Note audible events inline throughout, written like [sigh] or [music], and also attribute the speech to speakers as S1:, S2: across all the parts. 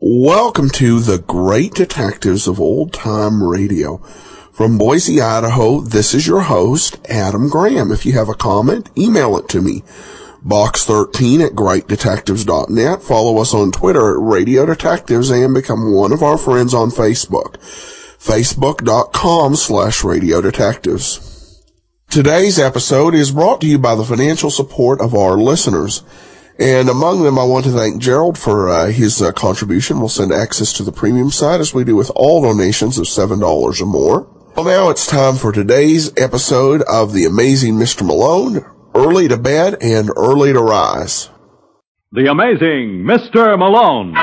S1: Welcome to the Great Detectives of Old Time Radio. From Boise, Idaho, this is your host, Adam Graham. If you have a comment, email it to me. Box13 at greatdetectives.net. Follow us on Twitter at Radio Detectives and become one of our friends on Facebook. Facebook.com slash Radio Detectives. Today's episode is brought to you by the financial support of our listeners. And among them, I want to thank Gerald for uh, his uh, contribution. We'll send access to the premium site as we do with all donations of $7 or more. Well, now it's time for today's episode of The Amazing Mr. Malone Early to Bed and Early to Rise.
S2: The amazing Mr. Malone.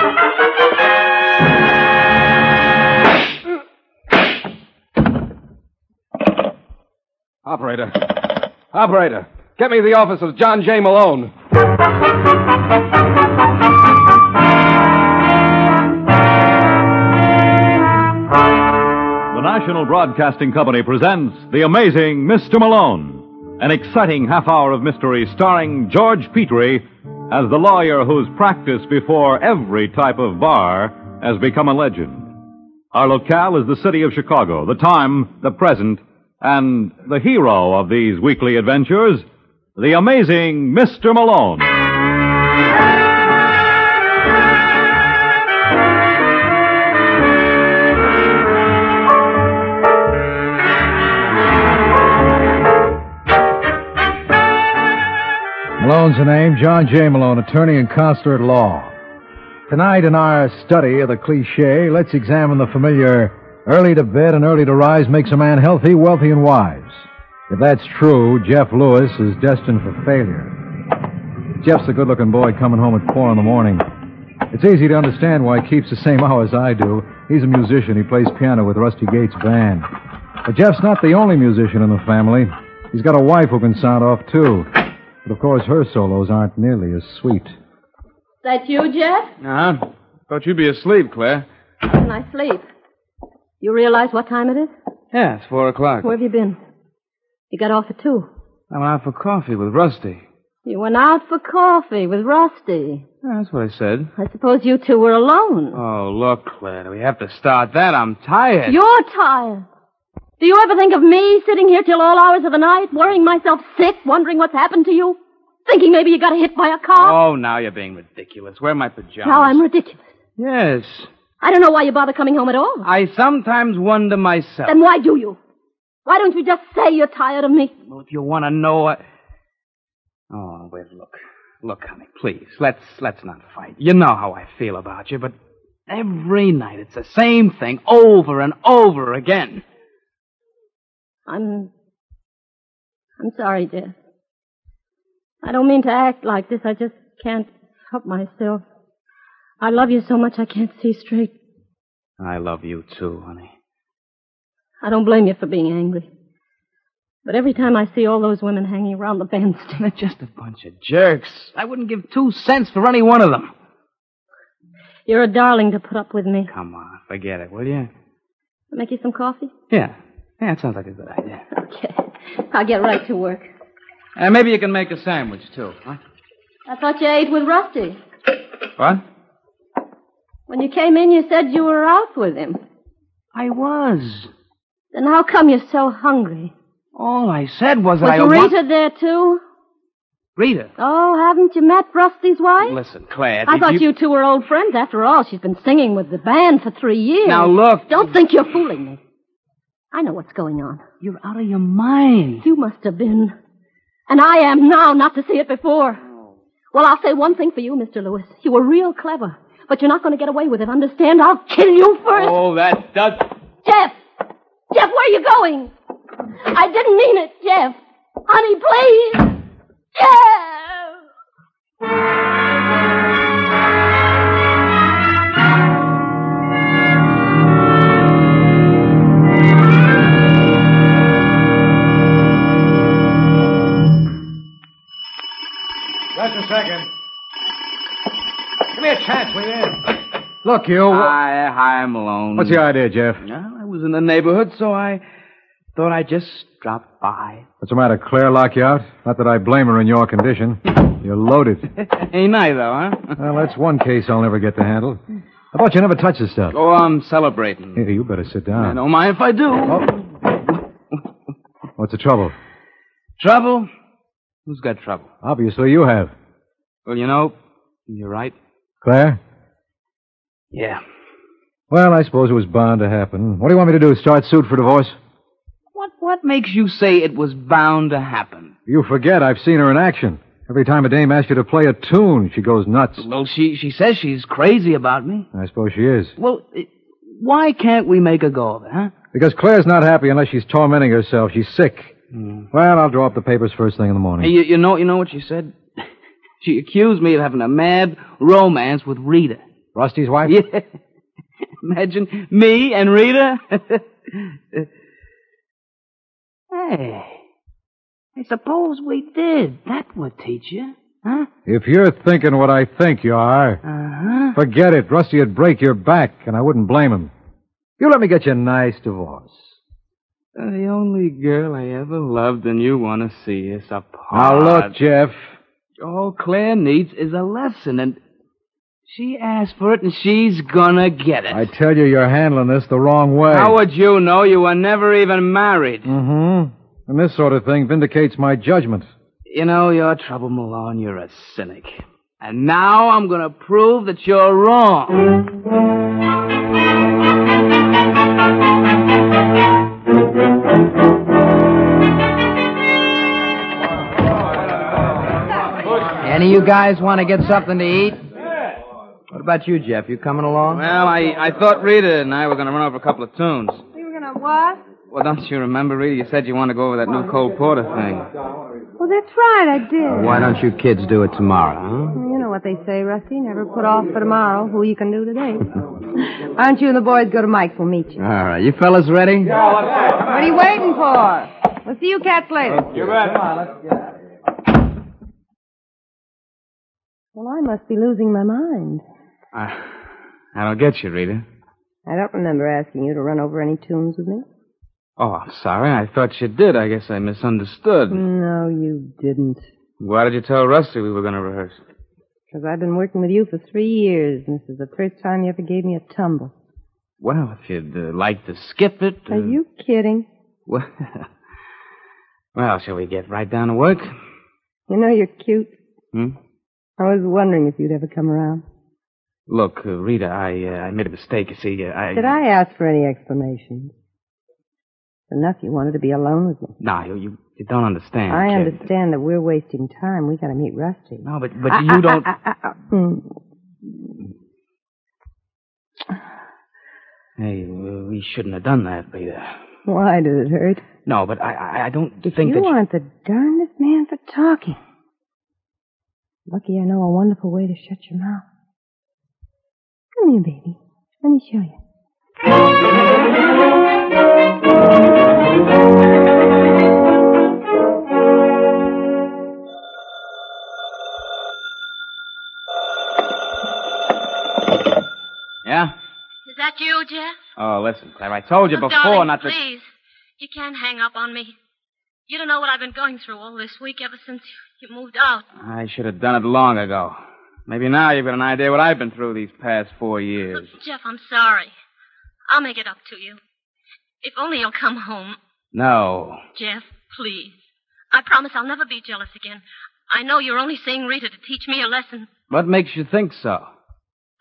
S3: Operator. Operator. Get me the office of John J. Malone.
S2: The National Broadcasting Company presents The Amazing Mr. Malone, an exciting half hour of mystery starring George Petrie as the lawyer whose practice before every type of bar has become a legend. Our locale is the city of Chicago, the time, the present, and the hero of these weekly adventures, the amazing Mr. Malone.
S4: Malone's the name, John J. Malone, attorney and counselor at law. Tonight, in our study of the cliche, let's examine the familiar early to bed and early to rise makes a man healthy, wealthy, and wise. If that's true, Jeff Lewis is destined for failure. Jeff's a good looking boy coming home at four in the morning. It's easy to understand why he keeps the same [laughs] hours I do. He's a musician. He plays piano with Rusty Gates' band. But Jeff's not the only musician in the family. He's got a wife who can sound off, too. But of course, her solos aren't nearly as sweet.
S5: That you, Jeff?
S3: Uh huh. Thought you'd be asleep, Claire.
S5: In my sleep. You realize what time it is?
S3: Yeah, it's four o'clock.
S5: Where have you been? You got off at two.
S3: I went out for coffee with Rusty.
S5: You went out for coffee with Rusty.
S3: Yeah, that's what I said.
S5: I suppose you two were alone.
S3: Oh, look, Claire, do we have to start that? I'm tired.
S5: You're tired. Do you ever think of me sitting here till all hours of the night, worrying myself sick, wondering what's happened to you? Thinking maybe you got hit by a car?
S3: Oh, now you're being ridiculous. Where are my pajamas?
S5: now I'm ridiculous.
S3: Yes.
S5: I don't know why you bother coming home at all.
S3: I sometimes wonder myself.
S5: Then why do you? Why don't you just say you're tired of me?
S3: Well, if you want to know, I... oh wait, look, look, honey, please, let's let's not fight. You know how I feel about you, but every night it's the same thing over and over again.
S5: I'm. I'm sorry, dear. I don't mean to act like this. I just can't help myself. I love you so much I can't see straight.
S3: I love you too, honey.
S5: I don't blame you for being angry. But every time I see all those women hanging around the bandstand, [laughs]
S3: They're just a bunch of jerks. I wouldn't give two cents for any one of them.
S5: you're a darling to put up with me.
S3: Come on, forget it, will you?
S5: Make you some coffee?
S3: Yeah, yeah, it sounds like a good idea.
S5: Okay. I'll get right to work.
S3: And maybe you can make a sandwich too, huh?
S5: I thought you ate with Rusty.
S3: What?
S5: When you came in, you said you were out with him.
S3: I was.
S5: Then how come you're so hungry?
S3: All I said was,
S5: Was
S3: I
S5: Rita
S3: wa-
S5: there too?
S3: Rita.
S5: Oh, haven't you met Rusty's wife?
S3: Listen, Claire.
S5: I
S3: did
S5: thought you... two were old friends. After all, she's been singing with the band for three years.
S3: Now look.
S5: Don't think you're fooling me. I know what's going on.
S3: You're out of your mind.
S5: You must have been. And I am now, not to see it before. Well, I'll say one thing for you, Mr. Lewis. You were real clever. But you're not going to get away with it, understand? I'll kill you first.
S3: Oh, that does.
S5: Jeff! Jeff, where are you going? I didn't mean it, Jeff. Honey, please. Jeff!
S4: look, you.
S3: Hi, hi, Malone.
S4: What's the idea, Jeff?
S3: Well, I was in the neighborhood, so I thought I'd just drop by. [laughs]
S4: What's the matter? Claire lock you out? Not that I blame her in your condition. You're loaded.
S3: Ain't I, though, huh? [laughs]
S4: Well, that's one case I'll never get to handle. I thought you never touched the stuff.
S3: Oh, I'm celebrating.
S4: Here, you better sit
S3: I
S4: down.
S3: don't mind if I do.
S4: [laughs] What's the trouble?
S3: Trouble? Who's got trouble?
S4: Obviously, you have.
S3: Well, you know, you're right.
S4: Claire?
S3: Yeah.
S4: Well, I suppose it was bound to happen. What do you want me to do? Start suit for divorce?
S3: What what makes you say it was bound to happen?
S4: You forget I've seen her in action. Every time a dame asks you to play a tune, she goes nuts.
S3: Well, she she says she's crazy about me.
S4: I suppose she is.
S3: Well, it, why can't we make a go of it, huh?
S4: Because Claire's not happy unless she's tormenting herself. She's sick. Well, I'll draw up the papers first thing in the morning.
S3: Hey, you, you know you know what she said? [laughs] she accused me of having a mad romance with Rita. [laughs]
S4: Rusty's wife?
S3: Yeah. Imagine me and Rita. [laughs] hey, I suppose we did. That would teach you, huh?
S4: If you're thinking what I think you are,
S3: Uh huh.
S4: forget it. Rusty would break your back, and I wouldn't blame him. You let me get you a nice divorce.
S3: The only girl I ever loved, and you want to see us apart.
S4: Now, look, Jeff.
S3: all Claire needs is a lesson, and she asked for it, and she's gonna get it.
S4: I tell you, you're handling this the wrong way.
S3: How would you know? You were never even married.
S4: Mm-hmm. And this sort of thing vindicates my judgment.
S3: You know, you're trouble, Malone. You're a cynic. And now I'm going to prove that you're wrong.
S6: Any of you guys want to get something to eat? What about you, Jeff? You coming along?
S3: Well, I, I thought Rita and I were going to run over a couple of tunes.
S7: We were gonna what?
S3: Well, don't you remember, Rita? You said you wanted to go over that new Cole Porter thing.
S7: Well, that's right, I did.
S6: Why don't you kids do it tomorrow, huh?
S7: You know what they say, Rusty. Never put off for tomorrow who you can do today. [laughs] Aren't you and the boys go to Mike's? We'll meet you.
S6: All right, you fellas ready?
S7: What are you waiting for? We'll see you cats later.
S3: You bet.
S7: Well, I must be losing my mind.
S3: I, I don't Uh, get you, Rita.
S7: I don't remember asking you to run over any tunes with me.
S3: Oh, I'm sorry. I thought you did. I guess I misunderstood.
S7: No, you didn't.
S3: Why did you tell Rusty we were going to rehearse?
S7: Because I've been working with you for three years, and this is the first time you ever gave me a tumble.
S3: Well, if you'd uh, like to skip it. uh,
S7: Are you kidding?
S3: Well, [laughs] well, shall we get right down to work?
S7: You know you're cute.
S3: Hmm?
S7: I was wondering if you'd ever come around.
S3: Look, uh, Rita, I uh, I made a mistake. You see, uh, I
S7: Did I ask for any explanations? Enough you wanted to be alone with me.
S3: No, you you, you don't understand.
S7: I
S3: kid.
S7: understand that we're wasting time. We gotta meet Rusty.
S3: No, but but you don't.
S7: Hmm.
S3: Hey, uh, we shouldn't have done that, Rita.
S7: Why does it hurt?
S3: No, but I I, I don't think
S7: you
S3: that.
S7: aren't the darndest man for talking. Lucky I know a wonderful way to shut your mouth. Come here, baby. Let me show you.
S3: Yeah.
S5: Is that you, Jeff?
S3: Oh, listen, Claire. I told you
S5: Oh,
S3: before
S5: darling,
S3: not to.
S5: Please, you can't hang up on me. You don't know what I've been going through all this week ever since you moved out.
S3: I should have done it long ago. Maybe now you've got an idea what I've been through these past four years.
S5: Jeff, I'm sorry. I'll make it up to you. If only you'll come home.
S3: No.
S5: Jeff, please. I promise I'll never be jealous again. I know you're only seeing Rita to teach me a lesson
S3: What makes you think so?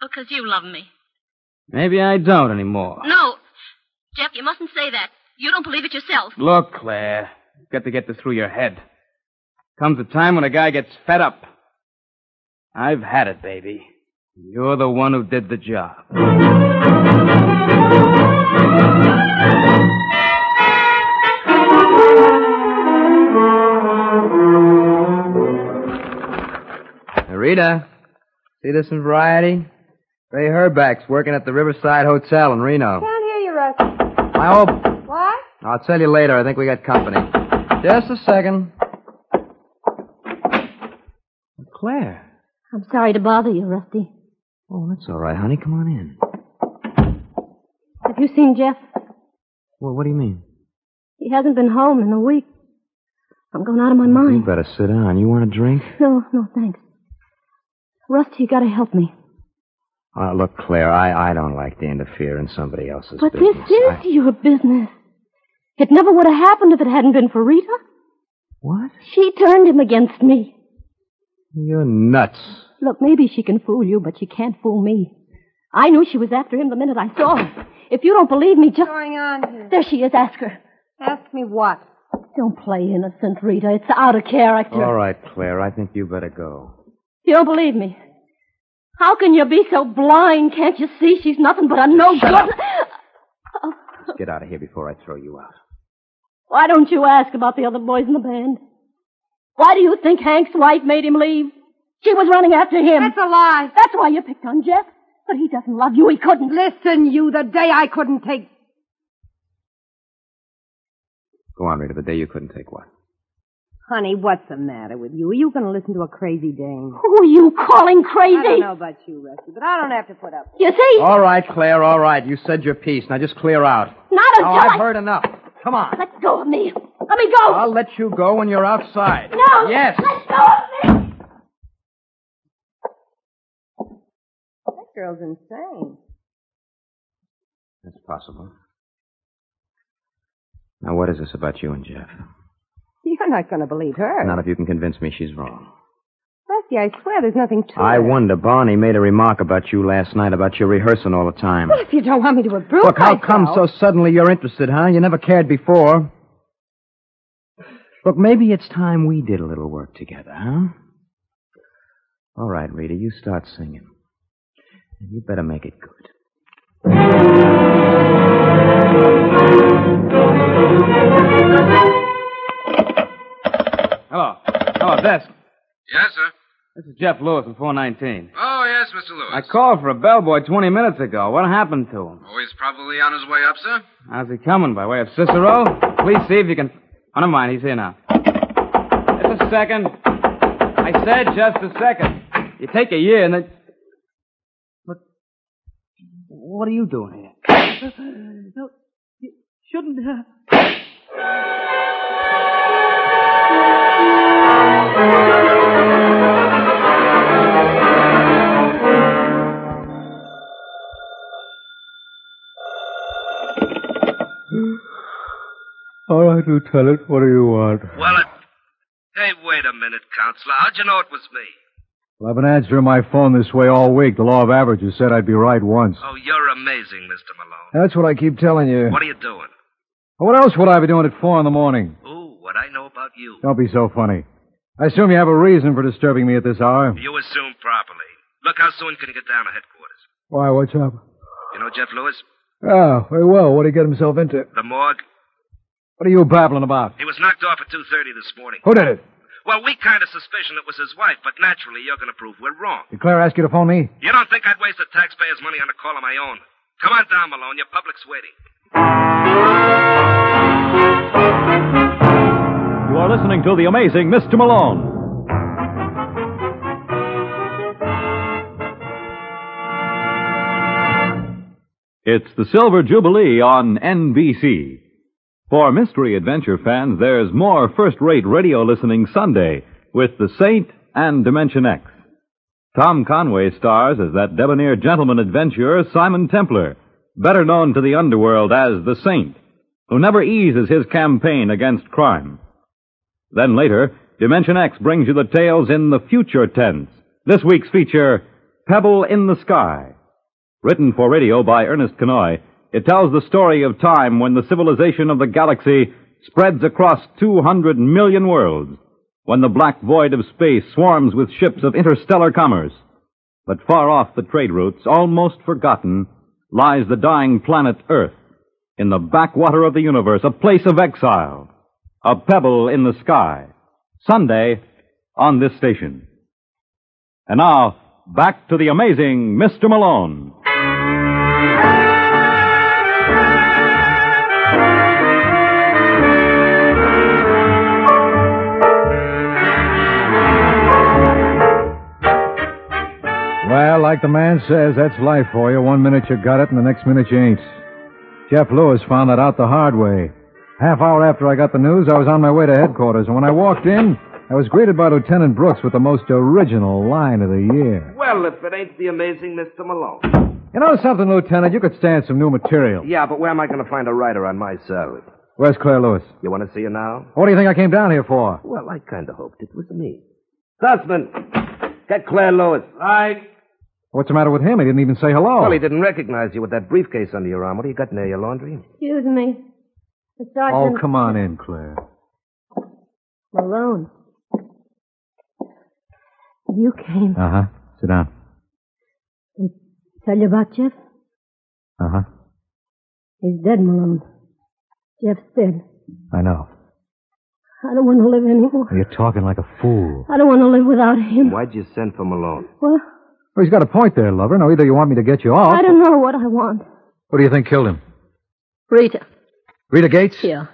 S5: because you love me.
S3: Maybe I don't anymore.
S5: No, Jeff, you mustn't say that. You don't believe it yourself.
S3: Look, Claire, you've got to get this through your head. Comes a time when a guy gets fed up. I've had it, baby. You're the one who did the job.
S6: Now, Rita, see this in variety? Ray Herbeck's working at the Riverside Hotel in Reno.
S7: Can't hear you, Rusty.
S6: I hope.
S7: What?
S6: I'll tell you later. I think we got company. Just a second. Claire.
S5: I'm sorry to bother you, Rusty.
S6: Oh, that's all right, honey. Come on in.
S5: Have you seen Jeff?
S3: Well, what do you mean?
S5: He hasn't been home in a week. I'm going out of my
S3: You
S5: mind.
S3: better sit down. You want a drink?
S5: No, no, thanks. Rusty, you gotta help me.
S3: Uh, look, Claire, I, I don't like to interfere in somebody else's
S5: But
S3: business.
S5: this is
S3: I-
S5: your business. It never would have happened if it hadn't been for Rita.
S3: What?
S5: She turned him against me.
S3: You're nuts.
S5: Look, maybe she can fool you, but she can't fool me. I knew she was after him the minute I saw her. If you don't believe me, just.
S7: What's going on here?
S5: There she is, ask her.
S7: Ask me what?
S5: Don't play innocent, Rita. It's out of character.
S3: All right, Claire, I think you better go.
S5: You don't believe me. How can you be so blind? Can't you see she's nothing but a no
S3: Shut
S5: good?
S3: Let's get out of here before I throw you out.
S5: Why don't you ask about the other boys in the band? Why do you think Hank's wife made him leave? She was running after him.
S7: That's a lie.
S5: That's why you picked on Jeff. But he doesn't love you. He couldn't.
S7: Listen, you, the day I couldn't take.
S3: Go on, Rita, the day you couldn't take
S5: [laughs]
S3: what?
S7: Honey, what's the matter with you? Are you going to listen to a crazy dame?
S5: Who are you calling crazy?
S7: I don't know about you, Rusty, but I don't have to put up.
S5: You see?
S3: All right, Claire, all right. You said your piece. Now just clear out.
S5: Not until
S3: Oh,
S5: I...
S3: I've heard enough. Come on.
S5: Let go of me. Let me go.
S3: I'll let you go when you're outside.
S5: No.
S3: Yes.
S5: Let go of me.
S7: That girl's insane.
S3: That's possible. Now, what is this about you and Jeff?
S7: You're not going to believe her.
S3: Not if you can convince me she's wrong.
S7: Rusty, I swear there's nothing to
S3: I
S7: it.
S3: wonder. Barney made a remark about you last night about your rehearsing all the time.
S7: Well, [laughs] if you don't want me to approve
S3: Look, how
S7: myself-
S3: come so suddenly you're interested, huh? You never cared before. Look, maybe it's time we did a little work together, huh? All right, Rita, you start singing. And you better make it good.
S8: Hello. Hello, desk.
S9: Yes, sir.
S8: This is Jeff Lewis from 419.
S9: Oh, yes, Mr. Lewis.
S8: I called for a bellboy 20 minutes ago. What happened to him?
S9: Oh, he's probably on his way up, sir.
S8: How's he coming? By way of Cicero? Please see if you can. Oh, never mind. He's here now. Just a second. I said just a second. You take a year and then. But. What are you doing here? No, you shouldn't have.
S10: All right, Lieutenant, what do you want?
S9: Well, it... Hey, wait a minute, Counselor. How'd you know it was me?
S10: Well, I've been answering my phone this way all week. The law of averages said I'd be right once.
S9: Oh, you're amazing, Mr. Malone.
S10: That's what I keep telling you.
S9: What are you doing?
S10: What else would I be doing at four in the morning?
S9: Ooh, what I know about you.
S10: Don't be so funny. I assume you have a reason for disturbing me at this hour.
S9: You assume properly. Look, how soon can you get down to headquarters?
S10: Why, what's up?
S9: You know Jeff Lewis?
S10: Oh, very well. What did he get himself into?
S9: The morgue?
S10: What are you babbling about?
S9: He was knocked off at 2.30 this morning.
S10: Who did it?
S9: Well, we kind of suspicion it was his wife, but naturally you're going to prove we're wrong.
S10: Did Claire ask you to phone me?
S9: You don't think I'd waste the taxpayers' money on a call of my own? Come on down, Malone. Your public's waiting.
S4: You are listening to The Amazing Mr. Malone. It's the Silver Jubilee on NBC. For mystery adventure fans, there's more first rate radio listening Sunday with The Saint and Dimension X. Tom Conway stars as that debonair gentleman adventurer Simon Templar, better known to the underworld as The Saint, who never eases his campaign against crime. Then later, Dimension X brings you the tales in the future tense. This week's feature, Pebble in the Sky. Written for radio by Ernest Canoy, it tells the story of time when the civilization of the galaxy spreads across 200 million worlds, when the black void of space swarms with ships of interstellar commerce. But far off the trade routes, almost forgotten, lies the dying planet Earth, in the backwater of the universe, a place of exile. A Pebble in the Sky. Sunday on this station. And now, back to the amazing Mr. Malone.
S10: Well, like the man says, that's life for you. One minute you got it, and the next minute you ain't.
S4: Jeff Lewis found that out the hard way. Half hour after I got the news, I was on my way to headquarters, and when I walked in, I was greeted by Lieutenant Brooks with the most original line of the year.
S11: Well, if it ain't the amazing Mr. Malone.
S4: You know something, Lieutenant? You could stand some new material.
S11: Yeah, but where am I going to find a writer on my salary?
S4: Where's Claire Lewis?
S11: You want to see her now?
S4: What do you think I came down here for?
S11: Well, I kind of hoped it was me. Sussman, get Claire Lewis. Right.
S4: What's the matter with him? He didn't even say
S12: Oh.
S4: hello.
S11: Well, he didn't recognize you with that briefcase under your arm. What do you got near your laundry?
S5: Excuse me. The
S4: Oh,
S5: sergeant
S4: come on in, Claire.
S5: Malone.
S7: You came
S4: Uh huh. Sit down.
S7: to tell you about Jeff?
S4: Uh huh.
S7: He's dead, Malone.
S5: Jeff's dead.
S4: I know.
S5: I don't want to live anymore.
S4: You're talking like a fool.
S5: I don't want to live without him.
S11: Why'd you send for Malone?
S5: Well,
S4: Well, he's got a point there, lover. Now, either you want me to get you off.
S5: I don't know what I want.
S4: What do you think killed him?
S5: Rita.
S4: Rita Gates?
S5: Yeah.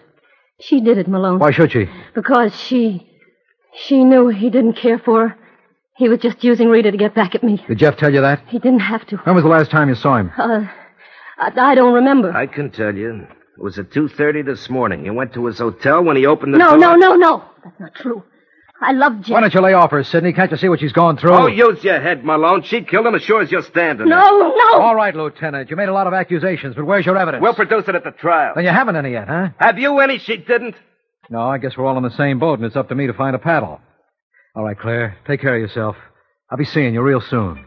S5: She did it, Malone.
S4: Why should she?
S5: Because she. She knew he didn't care for her. He was just using Rita to get back at me.
S4: Did Jeff tell you that?
S5: He didn't have to.
S4: When was the last time you saw him?
S5: Uh, I, I don't remember.
S11: I can tell you. It was at 2.30 this morning. You went to his hotel when he opened the
S5: no,
S11: door?
S5: no, no, no. That's not true. I love Jeff.
S4: Why don't you lay off her, Sidney? Can't you see what she's gone through?
S11: Oh, use your head, Malone. She killed him as sure as you're standing there.
S5: No, no.
S4: All right, Lieutenant. You made a lot of accusations, but where's your evidence?
S11: We'll produce it at the trial.
S4: Then you haven't any yet, huh?
S11: Have you any? She didn't.
S4: No, I guess we're all in the same boat, and it's up to me to find a paddle. All right, Claire, take care of yourself. I'll be seeing you real soon.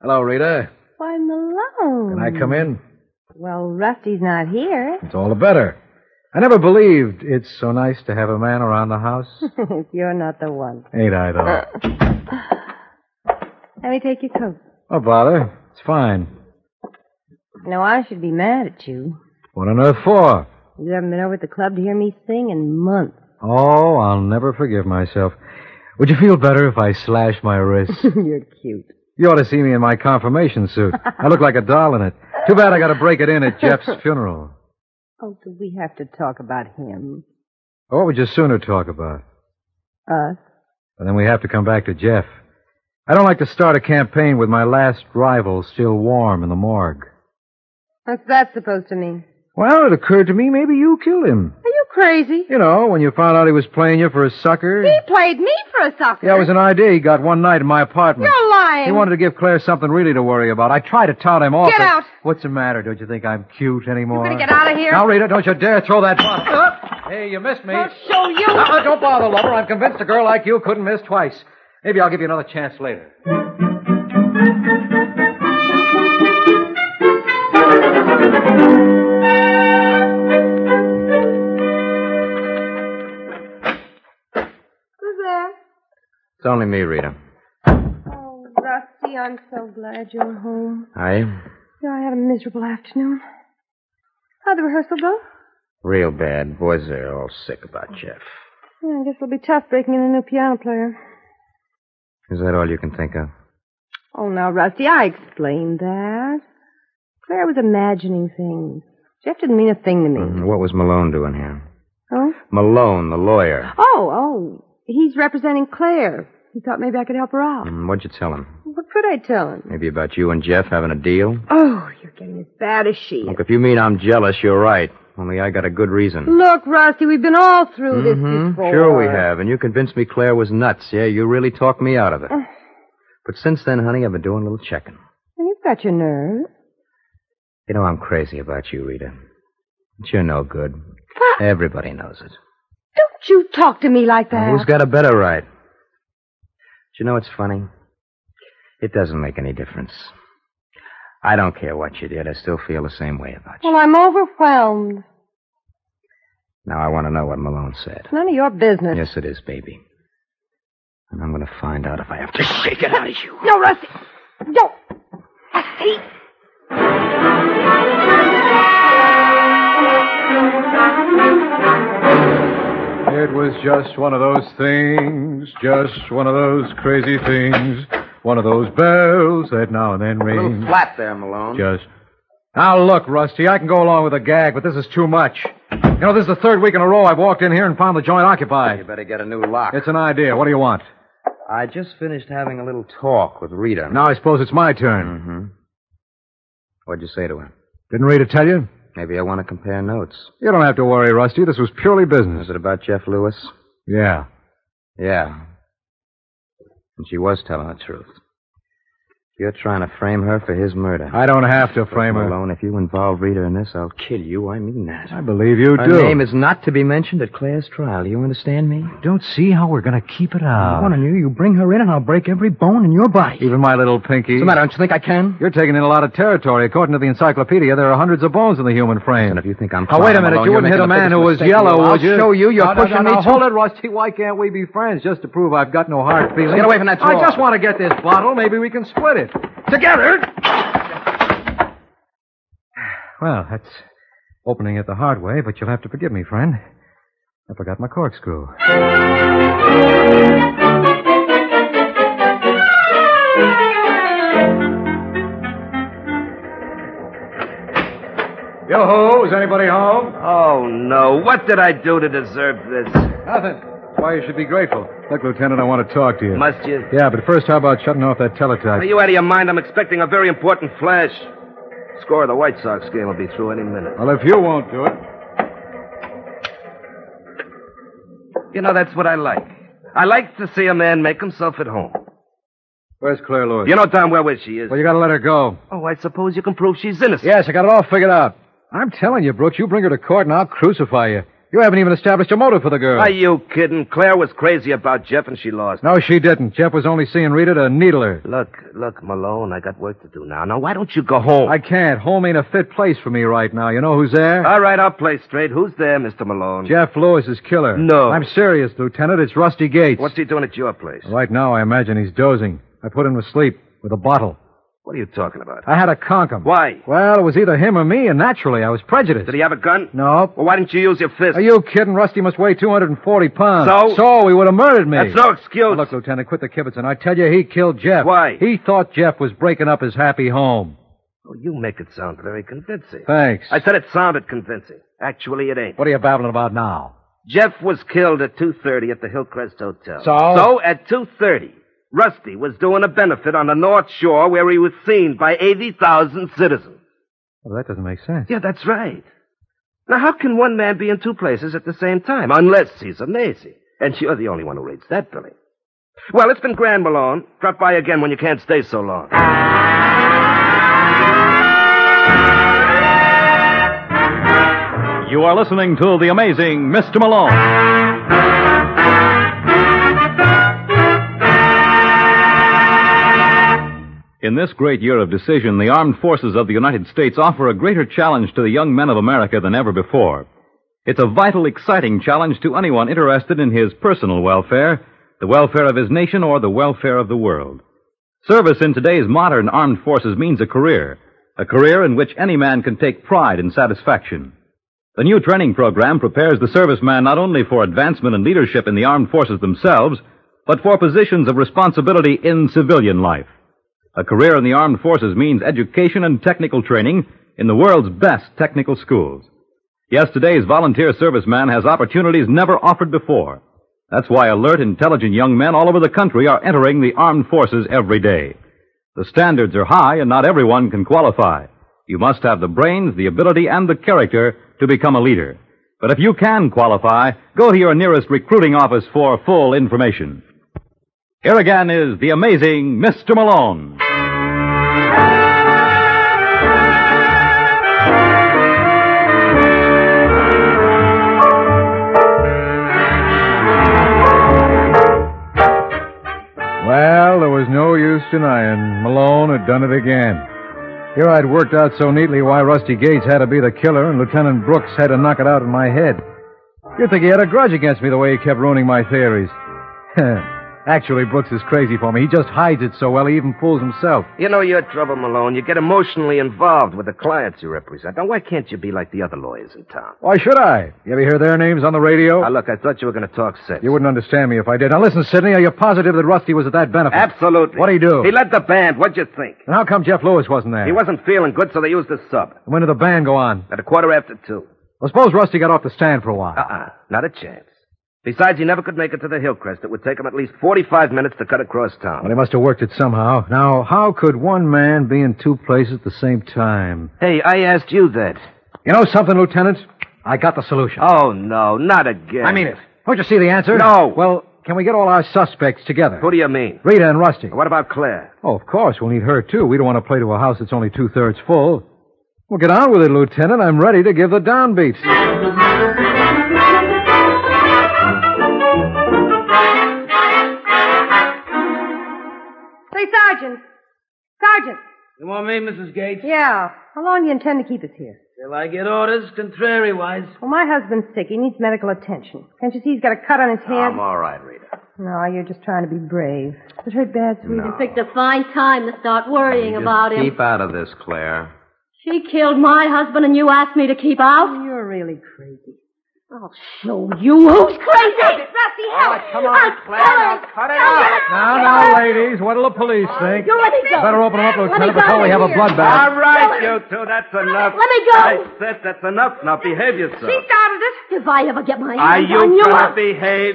S4: Hello, Rita.
S7: Why, Malone.
S4: Can I come in?
S7: Well, Rusty's not here.
S4: It's all the better. I never believed it's so nice to have a man around the house.
S7: If You're not the one.
S4: Ain't I, though?
S7: Let me take your coat.
S4: What bother? It's fine.
S7: No, I should be mad at you.
S4: What on earth for?
S7: You haven't been over at the club to hear me sing in months. [laughs]
S4: Oh, I'll never forgive myself. Would you feel better if I slashed my wrist?
S7: You're cute.
S4: you ought to see me in my confirmation suit. I look like a doll in it. Too bad I got to break it in at Jeff's funeral.
S7: Oh, do we have to talk about him?
S4: What would you sooner talk about?
S7: Us?
S4: And then we have to come back to Jeff. I don't like to start a campaign with my last rival still warm in the morgue.
S7: What's that supposed to mean?
S4: Well, it occurred to me maybe you killed him.
S7: Are you crazy?
S4: You know, when you found out he was playing you for a sucker.
S7: He played me for a sucker.
S4: Yeah, it was an idea he got one night in my apartment.
S7: You're lying.
S4: He wanted to give Claire something really to worry about. I tried to tout him off.
S7: Get
S4: but-
S7: out.
S4: What's the matter? Don't you think I'm cute anymore?
S7: You better get out of here.
S4: Now, Rita, don't you dare throw that bottle. Hey, you missed me.
S7: I'll show you.
S4: Uh-uh, don't bother, lover. I'm convinced a girl like you couldn't miss twice. Maybe I'll give you another chance later.
S7: Who's there?
S6: It's only me, Rita.
S7: Oh, Rusty, I'm so glad you're home.
S6: I
S7: You know, I had a miserable afternoon. How'd the rehearsal go?
S6: real bad. Boys are all sick about Jeff.
S7: Yeah, Hmm, I guess it'll be tough breaking in a new piano player.
S6: Is that all you can think of?
S7: Oh, now, Rusty, I explained that. Claire was imagining things. Jeff didn't mean a thing to me.
S4: Mm-hmm.
S7: Oh?
S6: Mm, What was Malone doing here?
S7: Huh?
S6: Malone, the lawyer.
S7: Oh, oh, he's representing Claire. He thought maybe I could help her out.
S6: Mm, What'd you tell him?
S7: What could I tell him?
S6: Maybe about you and Jeff having a deal?
S7: Oh, you're getting as bad as she is.
S6: Look, if you mean I'm jealous, you're right. Only I got a good reason.
S7: Look, Rusty, we've been all through this
S4: Mm-hmm.
S6: Mhm.
S7: Mm-hmm. before.
S6: Sure we have, and you convinced me Claire was nuts. Yeah, you really talked me out of it. but since then, honey, I've been doing a little checking.
S7: And You've got your nerve.
S6: You know I'm crazy about you, Rita. But you're no good.
S7: Ah.
S6: Everybody knows it.
S7: Don't you talk to me like
S6: Now,
S7: that.
S6: Who's got a better right? Do you know what's funny? It doesn't make any difference. I don't care what you did. I still feel the same way about you.
S7: Well, I'm overwhelmed.
S6: Now I want to know what Malone said.
S7: It's none of your business.
S6: Yes, it is, baby. And I'm going to find out if I have to [laughs] shake it out of you.
S7: No, Rusty. Don't. Rusty.
S4: It was just one of those things, just one of those crazy things, one of those bells that now and then ring.
S6: flat there, Malone.
S4: Just. Now look, Rusty, I can go along with a gag, but this is too much. You know, this is the third week in a row I've walked in here and found the joint
S12: You
S4: occupied.
S12: better get a new lock.
S4: It's an idea. What do you want?
S12: I just finished having a little talk with Rita.
S4: Now I suppose it's my turn.
S12: Mm-hmm. What'd you say to her?
S4: Didn't Rita tell you?
S12: Maybe I want to compare notes.
S4: You don't have to worry, Rusty. This was purely business.
S12: Is it about Jeff Lewis?
S4: Yeah.
S12: Yeah. And she was telling the truth. You're trying to frame her for his murder.
S4: I don't have to frame her.
S12: Malone, if you involve Rita in this, I'll kill you. I mean that.
S4: I believe you
S12: Her
S4: do.
S12: name is not to be mentioned at Claire's trial. You understand me? Ah.
S4: Don't see how we're going to keep it
S12: I want you. You bring her in, and I'll break every bone in your body.
S4: Even my little pinky.
S12: What's the matter? Don't you think I can?
S4: You're taking in a lot of territory. According to the encyclopedia, there are hundreds of bones in the human frame.
S12: And if you think I'm
S4: Now, wait a minute.
S12: Malone,
S4: you
S12: you're
S4: wouldn't hit
S12: making
S4: a
S12: the
S4: man who was
S12: biggest mistake in the
S4: yellow,
S12: world.
S4: would you?
S12: I'll show you. You're
S4: No, no,
S12: pushing
S4: no, no,
S12: me too
S4: Hold it, Rusty. Why can't we be friends? Just to prove I've got no hard feelings.
S12: Get away from that
S4: I
S12: drawer.
S4: just want to get this bottle. Maybe we can split it.
S12: together.
S4: Well, that's opening it the hard way, but you'll have to forgive me, friend. I forgot my corkscrew. Yo ho, is anybody home?
S3: Oh, no. What did I do to deserve this?
S4: Nothing. Why, you should be grateful. Look, Lieutenant, I want to talk to you.
S3: Must you?
S4: Yeah, but first, how about shutting off that teletype?
S3: Are you out of your mind? I'm expecting a very important flash. Score of the White Sox game will be through any minute.
S4: Well, if you won't do it.
S3: You know, that's what I like. I like to see a man make himself at home.
S4: Where's Claire Lewis?
S3: You know, Tom, where where she is.
S4: Well, you gotta let her go.
S3: Oh, I suppose you can prove she's innocent.
S4: Yes, I got it all figured out. I'm telling you, Brooks, you bring her to court and I'll crucify you. You haven't even established a motive for the girl.
S3: Are you kidding? Claire was crazy about Jeff and she lost.
S4: No, she didn't. Jeff was only seeing Rita to needle her.
S3: Look, look, Malone, I got work to do now. Now, why don't you go home?
S4: I can't. Home ain't a fit place for me right now. You know who's there?
S3: All right, I'll play straight. Who's there, Mr. Malone?
S4: Jeff Lewis's killer.
S3: No.
S4: I'm serious, Lieutenant. It's Rusty Gates.
S3: What's he doing at your place?
S4: Right now, I imagine he's dozing. I put him to sleep with a bottle.
S3: What are you talking about?
S4: I had to conk him.
S3: Why?
S4: Well, it was either him or me, and naturally, I was prejudiced.
S3: Did he have a gun?
S4: No.
S3: Well, why didn't you use your fist?
S4: Are you kidding? Rusty must weigh 240 pounds.
S3: So?
S4: So he would have murdered me.
S3: That's no excuse.
S4: Look, Lieutenant, quit the kibitzing. I tell you, he killed Jeff.
S3: Why?
S4: He thought Jeff was breaking up his happy home.
S3: Oh, you make it sound very convincing.
S4: Thanks.
S3: I said it sounded convincing. Actually, it ain't.
S4: What are you babbling about now?
S3: Jeff was killed at 2.30 at the Hillcrest Hotel.
S4: So?
S3: So, at 2.30, Rusty was doing a benefit on the North Shore where he was seen by 80,000 citizens.
S4: Well, that doesn't make sense.
S3: Yeah, that's right. Now, how can one man be in two places at the same time? Unless he's a Nazi. And you're the only one who reads that, Billy. Well, it's been grand, Malone. Drop by again when you can't stay so long.
S13: You are listening to The Amazing Mr. Malone. In this great year of decision, the armed forces of the United States offer a greater challenge to the young men of America than ever before. It's a vital, exciting challenge to anyone interested in his personal welfare, the welfare of his nation, or the welfare of the world. Service in today's modern armed forces means a career, a career in which any man can take pride and satisfaction. The new training program prepares the serviceman not only for advancement and leadership in the armed forces themselves, but for positions of responsibility in civilian life. A career in the armed forces means education and technical training in the world's best technical schools. Yes, today's volunteer serviceman has opportunities never offered before. That's why alert, intelligent young men all over the country are entering the armed forces every day. The standards are high, and not everyone can qualify. You must have the brains, the ability, and the character to become a leader. But if you can qualify, go to your nearest recruiting office for full information. Here again is the amazing Mr. Malone.
S4: Well, there was no use denying. Malone had done it again. Here I'd worked out so neatly why Rusty Gates had to be the killer and Lieutenant Brooks had to knock it out in my head. You'd think he had a grudge against me the way he kept ruining my theories. [laughs] Actually, Brooks is crazy for me. He just hides it so well he even fools himself.
S3: You know your trouble, Malone. You get emotionally involved with the clients you represent. Now, why can't you be like the other lawyers in town?
S4: Why should I? You ever hear their names on the radio?
S3: Now, look, I thought Oh. you were going to talk sense.
S4: You wouldn't understand me if I did. Now listen, Sidney, are you positive that Rusty was at that benefit?
S3: Absolutely.
S4: What'd he do?
S3: He led the band. What'd you think?
S4: And how come Jeff Lewis wasn't there?
S3: He wasn't feeling good, so they used the sub.
S4: When did the band go on?
S3: At a quarter after two.
S4: Well, suppose Rusty got off the stand for a while.
S3: Uh-uh. Not a chance. Besides, he never could make it to the Hillcrest. It would take him at least 45 minutes to cut across town.
S4: Well, he must have worked it somehow. Now, how could one man be in two places at the same time?
S3: Hey, I asked you that.
S4: You know something, Lieutenant? I got the solution.
S3: Oh, no, not again.
S4: I mean it. Don't you see the answer?
S3: No.
S4: Well, can we get all our suspects together?
S3: Who do you mean?
S4: Rita and Rusty.
S3: What about Claire?
S4: Oh, of course. We'll need her, too. We don't want to play to a house that's only two thirds full. Well, get on with it, Lieutenant. I'm ready to give the downbeats.
S7: Say, Sergeant. Sergeant.
S14: You want me, Mrs. Gates?
S7: Yeah. How long do you intend to keep us here?
S14: Till I get orders, contrariwise.
S7: Well, my husband's sick. He needs medical attention. Can't you see he's got a cut on his hand?
S3: I'm all right, Rita.
S7: No, you're just trying to be brave. Does it hurt bad, sweetie?
S5: You picked a fine time to start worrying about him.
S15: Keep out of this, Claire.
S5: She killed my husband and you asked me to keep out?
S7: You're really crazy.
S5: I'll show you who's crazy!
S7: Rusty,
S3: All right, come on, Claire. Now cut it out.
S4: Now, now, ladies, what'll the police think?
S5: You let me go!
S4: Better open up,
S5: Let me
S4: Lieutenant,
S5: go
S4: before we have a
S5: here.
S4: bloodbath.
S3: All right, you two, that's enough.
S5: Let me go.
S3: I said that's enough. Now behave yourself.
S5: started it. If I ever get my hands
S3: Are you
S5: on you,
S3: gonna
S5: I'll...
S3: behave?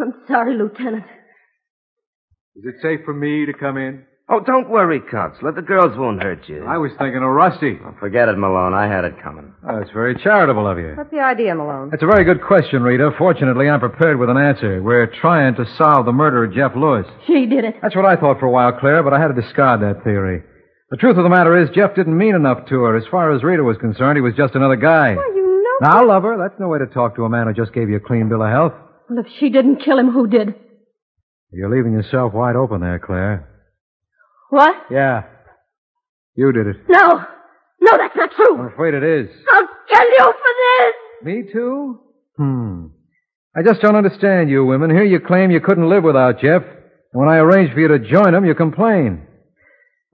S5: I'm sorry, Lieutenant.
S4: Is it safe for me to come in?
S3: Oh, don't worry, Counselor. The girls won't hurt you. Oh,
S4: was thinking of Rusty.
S15: Forget it, Malone. I had it coming.
S4: Oh, that's very charitable of you.
S7: What's the idea, Malone?
S4: That's a very good question, Rita. Fortunately, I'm prepared with an answer. We're trying to solve the murder of Jeff Lewis.
S5: She did it.
S4: That's what I thought for a while, Claire, but I had to discard that theory. The truth of the matter is, Jeff didn't mean enough to her. As far as Rita was concerned, he was just another guy.
S7: You know.
S4: Now, lover, that's no way to talk to a man who just gave you a clean bill of health.
S5: Well, if she didn't kill him, who did?
S4: You're leaving yourself wide open there, Claire.
S5: What?
S4: Yeah. You did it.
S5: No. No, that's not
S4: I'm
S5: true.
S4: afraid it is.
S5: I'll kill you for this!
S4: Me too? Hmm. I just don't understand you women. Here you claim you couldn't live without Jeff. And when I arrange for you to join him, you complain.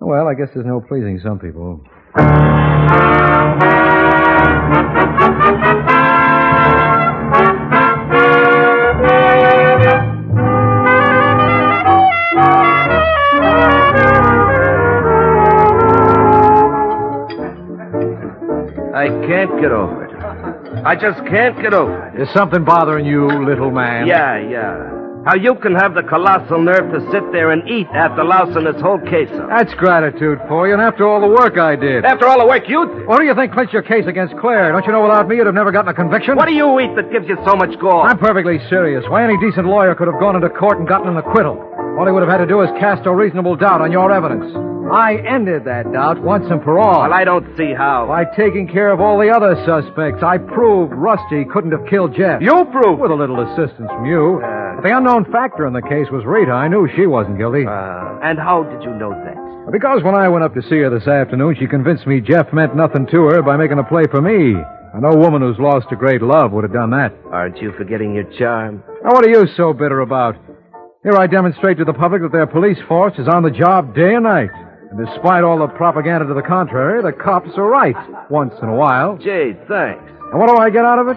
S4: Well, I guess there's no pleasing some people.
S3: I can't get over it. I just can't get over it.
S4: Is something bothering you, little man?
S3: Yeah, yeah. How you can have the colossal nerve to sit there and eat after lousing this whole case up.
S4: That's gratitude for you, and after all the work I did.
S3: After all the work you did.
S4: What do you think clinched your case against Claire? Don't you know without me you'd have never gotten a conviction?
S3: What do you eat that gives you so much gall?
S4: I'm perfectly serious. Why, any decent lawyer could have gone into court and gotten an acquittal. All he would have had to do is cast a reasonable doubt on your evidence. I ended that doubt once and for all.
S3: Well, I don't see how.
S4: By taking care of all the other suspects, I proved Rusty couldn't have killed Jeff.
S3: You prove.
S4: With a little assistance from you.
S3: Uh.
S4: But the unknown factor in the case was Rita. I knew she wasn't guilty.
S3: Uh, and how did you know that?
S4: because when I went up to see her this afternoon, she convinced me Jeff meant nothing to her by making a play for me. And no woman who's lost a great love would have done that.
S3: Aren't you forgetting your charm?
S4: Now, what are you so bitter about? Here I demonstrate to the public that their police force is on the job day and night. And despite all the propaganda to the contrary, the cops are right once in a while.
S3: Jay, thanks.
S4: And what do I get out of it?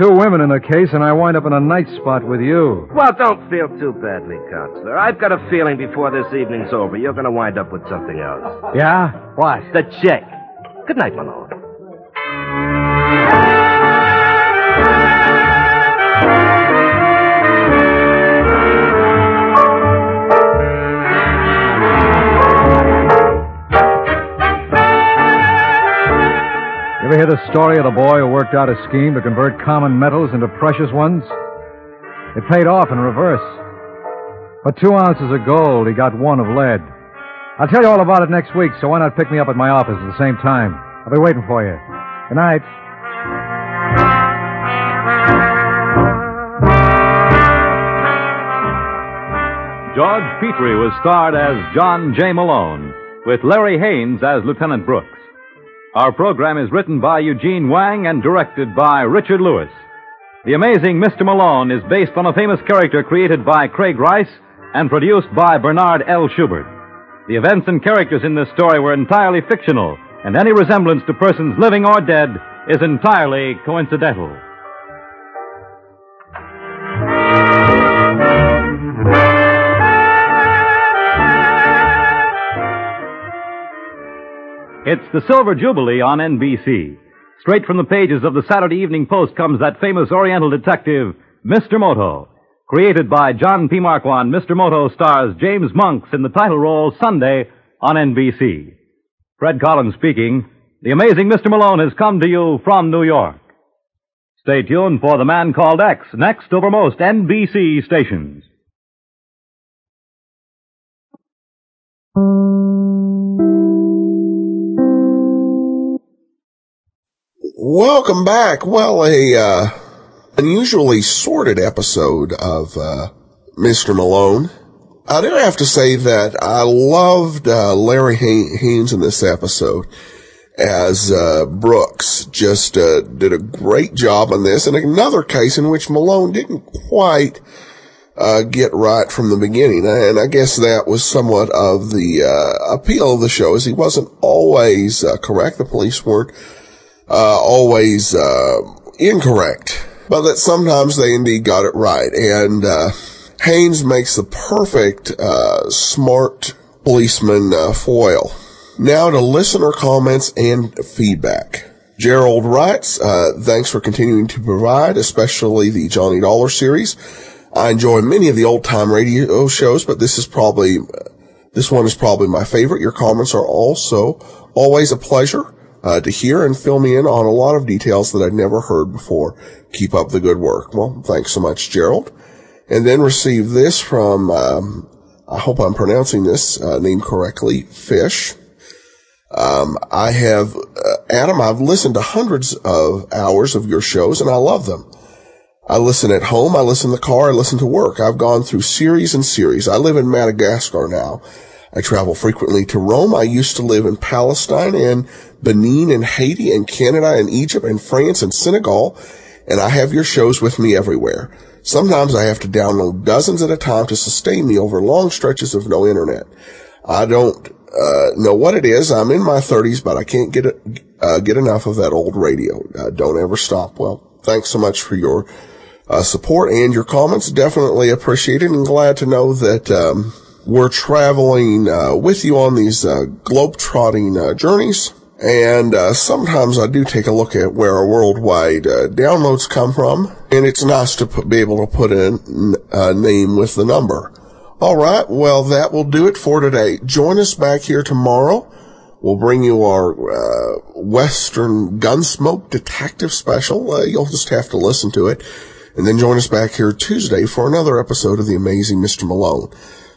S4: Two women in a case, and I wind up in a night spot with you.
S3: Well, don't feel too badly, Counselor. I've got a feeling before this evening's over, you're going to wind up with something else.
S4: Yeah? What?
S3: The check. Good night, Malone.
S4: You ever hear the story of the boy who worked out a scheme to convert common metals into precious ones? It paid off in reverse. For two ounces of gold, he got one of lead. I'll tell you all about it next week, so why not pick me up at my office at the same time? I'll be waiting for you. Good night.
S16: George Petrie was starred as John J. Malone, with Larry Haynes as Lieutenant Brooks. Our program is written by Eugene Wang and directed by Richard Lewis. The Amazing Mr. Malone is based on a famous character created by Craig Rice and produced by Bernard L. Schubert. The events and characters in this story were entirely fictional, and any resemblance to persons living or dead is entirely coincidental. It's the Silver Jubilee on NBC.
S2: Straight from the pages of the Saturday Evening Post comes that famous Oriental detective, Mr. Moto. Created by John P. Marquand, Mr. Moto stars James Monks in the title role Sunday on NBC. Fred Collins speaking. The amazing Mr. Malone has come to you from New York. Stay tuned for The Man Called X, next over most NBC stations.
S1: Welcome back. Well, a uh, unusually sordid episode of uh, Mr. Malone. I do have to say that I loved uh, Larry Hay- Haynes in this episode as uh, Brooks just uh, did a great job on this. And another case in which Malone didn't quite uh, get right from the beginning. And I guess that was somewhat of the uh, appeal of the show, is he wasn't always uh, correct. The police weren't uh, always uh, incorrect, but that sometimes they indeed got it right. And uh, Haynes makes the perfect uh, smart policeman uh, foil. Now to listener comments and feedback. Gerald writes, uh, thanks for continuing to provide, especially the Johnny Dollar series. I enjoy many of the old time radio shows, but this is probably, uh, this one is probably my favorite. Your comments are also always a pleasure uh, to hear and fill me in on a lot of details that I'd never heard before. Keep up the good work. Well, thanks so much, Gerald. And then receive this from, um, I hope I'm pronouncing this uh, name correctly, Fish. Um, I have, uh, Adam, I've listened to hundreds of hours of your shows and I love them. I listen at home, I listen in the car, I listen to work. I've gone through series and series. I live in Madagascar now. I travel frequently to Rome. I used to live in Palestine and Benin and Haiti and Canada and Egypt and France and Senegal. And I have your shows with me everywhere. Sometimes I have to download dozens at a time to sustain me over long stretches of no internet. I don't uh, know what it is. I'm in my 30s, but I can't get uh, get enough of that old radio. Uh, don't ever stop. Well, thanks so much for your uh, support and your comments. Definitely appreciated and glad to know that um, we're traveling uh, with you on these uh, globe-trotting uh, journeys. And uh, sometimes I do take a look at where our worldwide uh, downloads come from, and it's nice to put, be able to put in a name with the number. All right, well, that will do it for today. Join us back here tomorrow. We'll bring you our uh, Western Gunsmoke Detective Special. Uh, you'll just have to listen to it. And then join us back here Tuesday for another episode of The Amazing Mr. Malone.